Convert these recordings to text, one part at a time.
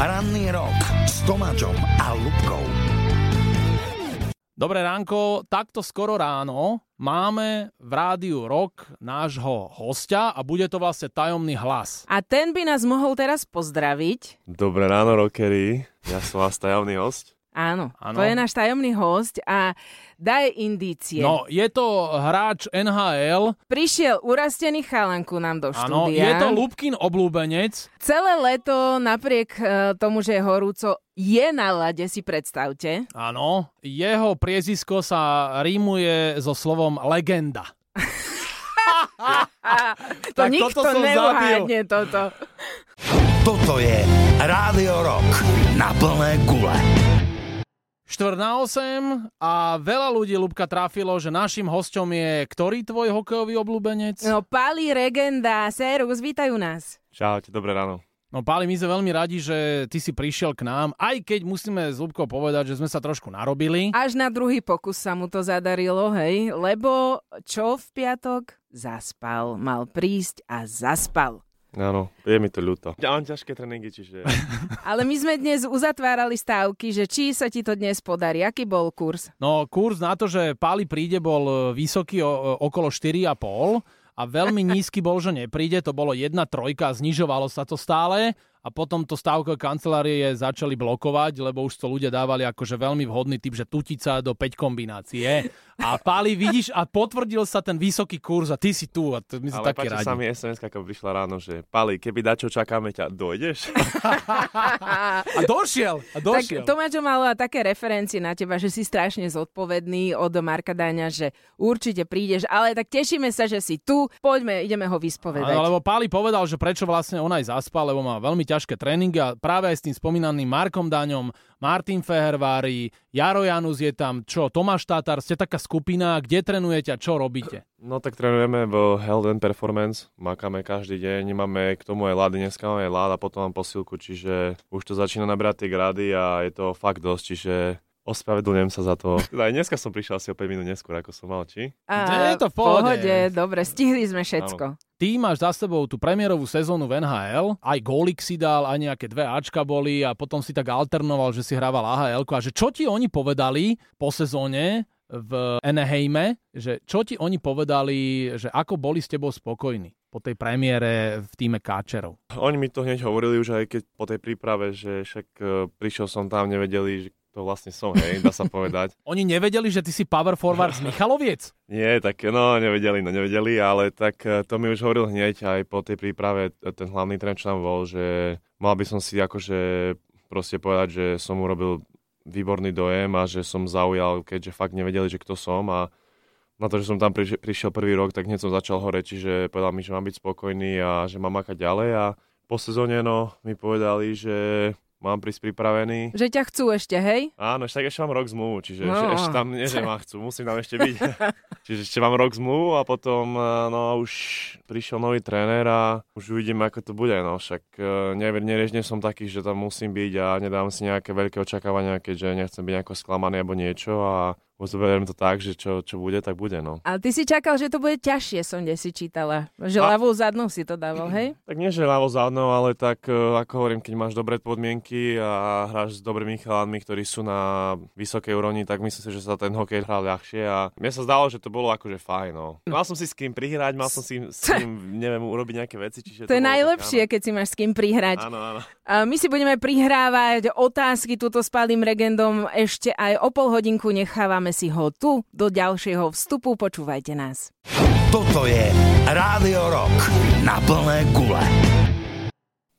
Ranný rok s Tomáčom a Lubkou. Dobré ránko, takto skoro ráno máme v rádiu Rock nášho hostia a bude to vlastne tajomný hlas. A ten by nás mohol teraz pozdraviť. Dobré ráno, rockery. Ja som vás tajavný host. Áno, Áno. ano. to je náš tajomný host a daje indície. No, je to hráč NHL, Prišiel urastený chalanku nám do áno, štúdia. je to Lubkin oblúbenec. Celé leto, napriek e, tomu, že je horúco, je na lade, si predstavte. Áno, jeho priezisko sa rímuje so slovom legenda. A to Tak nikto toto som neuhádne toto. Toto je Rádio Rock na plné gule. Štvrt na 8 a veľa ľudí, Lubka, trafilo, že našim hosťom je ktorý tvoj hokejový obľúbenec? No, Pali Regenda, Serus, vítajú nás. Čaute, dobré ráno. No Páli, my sme veľmi radi, že ty si prišiel k nám, aj keď musíme s Lubkou povedať, že sme sa trošku narobili. Až na druhý pokus sa mu to zadarilo, hej, lebo čo v piatok? Zaspal, mal prísť a zaspal. Áno, je mi to ľúto. Ja mám ťažké tréningy, čiže... Ale my sme dnes uzatvárali stávky, že či sa ti to dnes podarí, aký bol kurz. No kurz na to, že Páli príde, bol e, vysoký o, e, okolo 4,5 a veľmi nízky bol, že nepríde, to bolo 1,3, znižovalo sa to stále a potom to stávkové kancelárie začali blokovať, lebo už to ľudia dávali akože veľmi vhodný typ, že tutica do 5 kombinácie. A Páli, vidíš, a potvrdil sa ten vysoký kurz a ty si tu a to my sme Ale takí páči radi. sa mi SMS, ako prišla ráno, že Pali, keby dačo čakáme ťa, dojdeš? A došiel, a Tak došiel. Tomáčo mal také referencie na teba, že si strašne zodpovedný od Marka Dáňa, že určite prídeš, ale tak tešíme sa, že si tu, poďme, ideme ho vyspovedať. Áno, lebo Páli povedal, že prečo vlastne on aj zaspal, lebo má veľmi ťažké tréningy a práve aj s tým spomínaným Markom Daňom, Martin Fehervári, Jaro Janus je tam, čo, Tomáš Tatar, ste taká skupina, kde trénujete a čo robíte? No tak trénujeme v Held and Performance, makáme každý deň, máme k tomu aj lády, dneska máme lád a potom mám posilku, čiže už to začína nabrať tie grady a je to fakt dosť, čiže ospravedlňujem sa za to. No, Aj dneska som prišiel asi o 5 minút neskôr, ako som mal, či? je to v pohode. pohode. Dobre, stihli sme všetko. Ty máš za sebou tú premiérovú sezónu v NHL, aj gólik si dal, aj nejaké dve Ačka boli a potom si tak alternoval, že si hrával AHL a že čo ti oni povedali po sezóne v Anaheime, že čo ti oni povedali, že ako boli s tebou spokojní po tej premiére v týme Káčerov. Oni mi to hneď hovorili už aj keď po tej príprave, že však e, prišiel som tam, nevedeli, že to vlastne som, hej, dá sa povedať. Oni nevedeli, že ty si power forward z Michaloviec? Nie, tak no, nevedeli, no nevedeli, ale tak e, to mi už hovoril hneď aj po tej príprave, e, ten hlavný tréner, čo tam bol, že mal by som si akože proste povedať, že som urobil výborný dojem a že som zaujal, keďže fakt nevedeli, že kto som a na to, že som tam priš- prišiel prvý rok, tak hneď som začal hore, čiže povedal mi, že mám byť spokojný a že mám makať ďalej a po sezóne no, mi povedali, že mám prísť pripravený Že ťa chcú ešte, hej? Áno, ešte, tak ešte mám rok zmluvu, čiže No. no. ešte tam nie, že ma chcú, musím tam ešte byť. čiže ešte mám rok zmluvu a potom e, no, už prišiel nový tréner a už uvidíme, ako to bude. No však e, never- neriežne som taký, že tam musím byť a nedám si nejaké veľké očakávania, keďže nechcem byť nejako sklamaný alebo niečo a uzoberiem to tak, že čo, čo bude, tak bude. No. Ale ty si čakal, že to bude ťažšie, som kde si čítala. Že A- ľavou zadnou si to dával, hej? Tak nie, že ľavo zadnou, ale tak, e, ako hovorím, keď máš dobré podmienky a hráš s dobrými chalanmi, ktorí sú na vysokej úrovni, tak myslím si, že sa ten hokej hrá ľahšie a mne sa zdalo, že to bolo akože fajn. No. Mal som si s kým prihrať, mal som si s kým, neviem, urobiť nejaké veci. Čiže To je bolo tak, najlepšie, keď si máš s kým prihrať. Áno, áno. áno. A my si budeme prihrávať otázky túto s Palým regendom ešte aj o pol hodinku. Nechávame si ho tu do ďalšieho vstupu. Počúvajte nás. Toto je Rádio Rock na plné gule.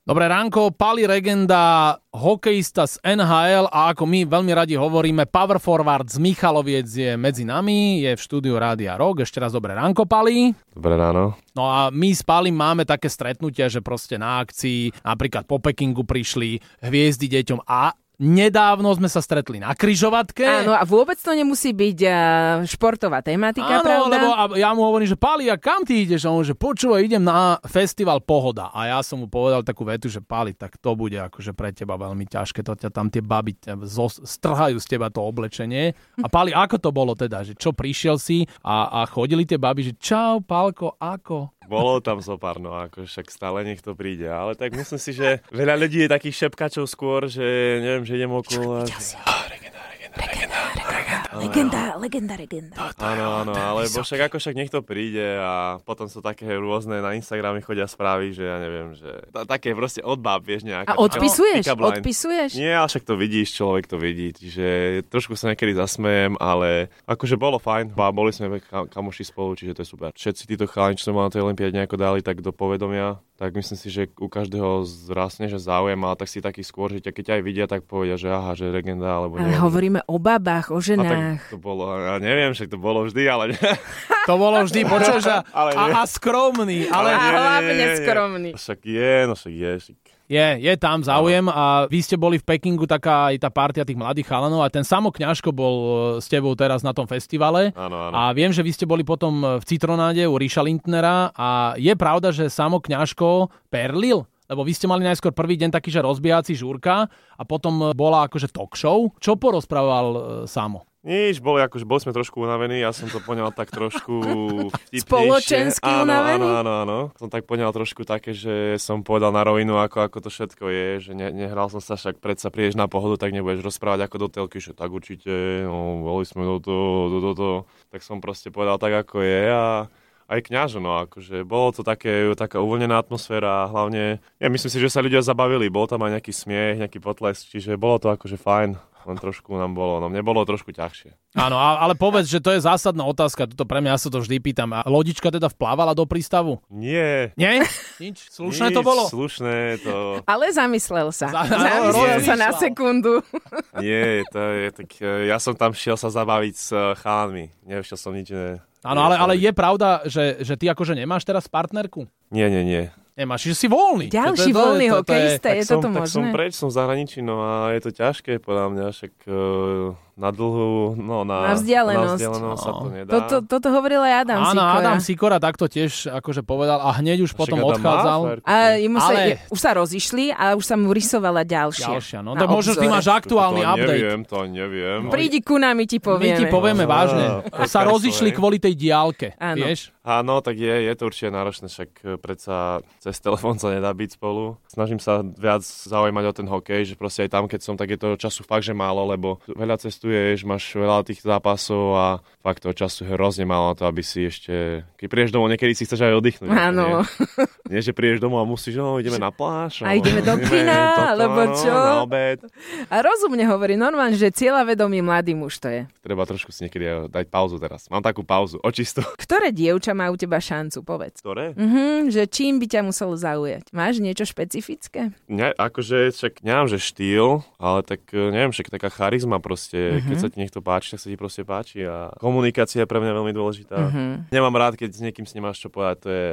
Dobré ránko, Pali Regenda, hokejista z NHL a ako my veľmi radi hovoríme, power forward z Michaloviec je medzi nami, je v štúdiu Rádia Rock. Ešte raz dobré ránko, Pali. Dobre ráno. No a my s Pálim máme také stretnutia, že proste na akcii, napríklad po Pekingu prišli hviezdy deťom a nedávno sme sa stretli na kryžovatke. Áno, a vôbec to nemusí byť á, športová Áno, tematika, pravda? lebo a ja mu hovorím, že Pali, a kam ty ideš? A on že počúvaj, idem na festival Pohoda. A ja som mu povedal takú vetu, že Pali, tak to bude akože pre teba veľmi ťažké, to ťa tam tie baby ťa zo- strhajú z teba to oblečenie. A Pali, ako to bolo teda, že čo prišiel si a, a chodili tie baby, že čau, Palko, ako? Bolo tam zo pár, no ako však stále nech to príde. Ale tak myslím si, že veľa ľudí je takých šepkačov skôr, že neviem, že idem okolo. a- Legenda, legenda, legenda. Áno, áno, ale bo však ako však niekto príde a potom sú také rôzne na Instagrame chodia správy, že ja neviem, že ta- také proste od báb, vieš nejaká. A odpisuješ? taká blind. Odpisuješ? Nie, ale však to vidíš, človek to vidí, čiže trošku sa niekedy zasmejem, ale akože bolo fajn, a boli sme ka- kamoši spolu, čiže to je super. Všetci títo chalani, čo sme mali na tej Olympiáde nejako dali tak do povedomia, tak myslím si, že u každého zrastne, že záujem, ale tak si taký skôr, že ťa, keď ťa aj vidia, tak povedia, že aha, že legenda, alebo Ale neviem. hovoríme o babách, o a tak ženách. to bolo, ja neviem, však to bolo vždy, ale To bolo vždy, počuješ, a, Ale nie. a, a skromný, ale A nie, nie, nie, hlavne nie, nie. skromný. Však je, no však je. Však. Je, je tam záujem a vy ste boli v Pekingu taká aj tá partia tých mladých chalanov a ten samo Kňažko bol e, s tebou teraz na tom festivale. Áno, áno. A viem, že vy ste boli potom e, v Citronáde u Ríša Lintnera a je pravda, že samo Kňažko perlil? Lebo vy ste mali najskôr prvý deň taký, že rozbijací žúrka a potom e, bola akože talk show. Čo porozprával e, samo? Nič, boli, akože, boli sme trošku unavení, ja som to poňal tak trošku vtipnejšie. Spoločensky áno, unavený? Áno, áno, áno. Som tak poňal trošku také, že som povedal na rovinu, ako, ako to všetko je, že ne, nehral som sa, však predsa prídeš na pohodu, tak nebudeš rozprávať ako do telky, že tak určite, no, boli sme do toho, do, do toho. Tak som proste povedal tak, ako je a aj kňažo, no akože bolo to také, taká uvoľnená atmosféra a hlavne, ja myslím si, že sa ľudia zabavili, bol tam aj nejaký smiech, nejaký potlesk, čiže bolo to akože fajn, len trošku nám bolo, no mne bolo trošku ťažšie. Áno, a- ale povedz, že to je zásadná otázka. Toto pre mňa ja sa to vždy pýtam. A lodička teda vplávala do prístavu? Nie. Nie? Nič? Slušné to nič, bolo? Slušné to, Ale zamyslel sa. Za- Zamyslel rozmýšľal. sa na sekundu. nie, to je, tak e, ja som tam šiel sa zabaviť s e, chalánmi, nešiel som nič iné. Áno, ale, ale je pravda, že, že ty akože nemáš teraz partnerku? Nie, nie, nie. Nemáš, že si voľný. Ďalší To- to- to- voľný to- to- to je- hokejista, je som, toto tak som možné? preč, som v zahraničí, no a je to ťažké podľa mňa, však e, na dlhú, no na, Na vzdialenosť. na vzdialenosť sa to No. nedá. Toto, toto hovoril aj Adam Áno, Sikora. Adam Sikora takto tiež akože povedal a hneď už Však potom Adam má odchádzal. frajerku. A jemu sa, Ale- je, už sa rozišli a už sa mu rysovala ďalšia. Ďalšia, no. na Tak možno ty obzore. máš aktuálny to, to update. Neviem, to neviem. Prídi ku nám, my ti My povieme. ti povieme Á, vážne. to je Sa krásne, rozišli hej. kvôli tej diálke, Áno. vieš? Áno, tak je, je to určite náročné, však e, predsa cez telefón sa nedá byť spolu. Snažím sa viac zaujímať o ten hokej, že proste aj tam, keď som, tak je toho času fakt, že málo, lebo veľa cestuješ, máš veľa tých zápasov a fakt toho času je hrozne málo na to, aby si ešte, keď prídeš domov, niekedy si chceš aj oddychnúť. Áno. Nie, nie že prídeš domov a musíš, no ideme na pláž. A ideme do kina, alebo no, čo? Na obed. A rozumne hovorí, normálne, že cieľavedomý mladý muž to je. Treba trošku si niekedy aj dať pauzu teraz. Mám takú pauzu, očistú. Ktoré dievča má u teba šancu, povedz? Ktoré? Mhm, že čím by ťa muselo zaujať? Máš niečo špecifické? Ne, akože však neviem, že štýl, ale tak e, neviem, však taká charizma proste, keď sa ti niekto páči, tak sa ti proste páči a komunikácia je pre mňa veľmi dôležitá. Nemám rád, keď s niekým s nemáš čo povedať, to je...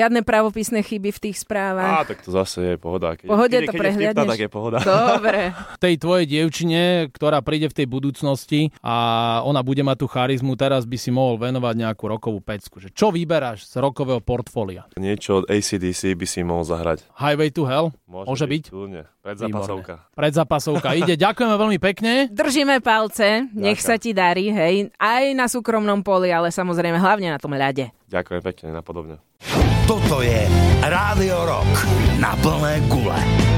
Žiadne pravopisné chyby v tých Á, správach? tak to zase je pohoda. Keď, Pohode keď, to keď Je prehliadneš. vtipná, tak je pohoda. Dobre. Tej tvojej dievčine, ktorá príde v tej budúcnosti a ona bude mať tú charizmu, teraz by si mohol venovať nejakú rokovú pecku. Že čo vyberáš z rokového portfólia? Niečo od ACDC by si mohol zahrať. Highway to Hell? Môže byť? Kľudne. Pred Výborné. zápasovka. Predzapasovka ide. Ďakujeme veľmi pekne. Držíme palce, nech sa ti darí, hej. Aj na súkromnom poli, ale samozrejme hlavne na tom ľade. Ďakujem pekne, napodobne. Toto je Rádio Rok na plné gule.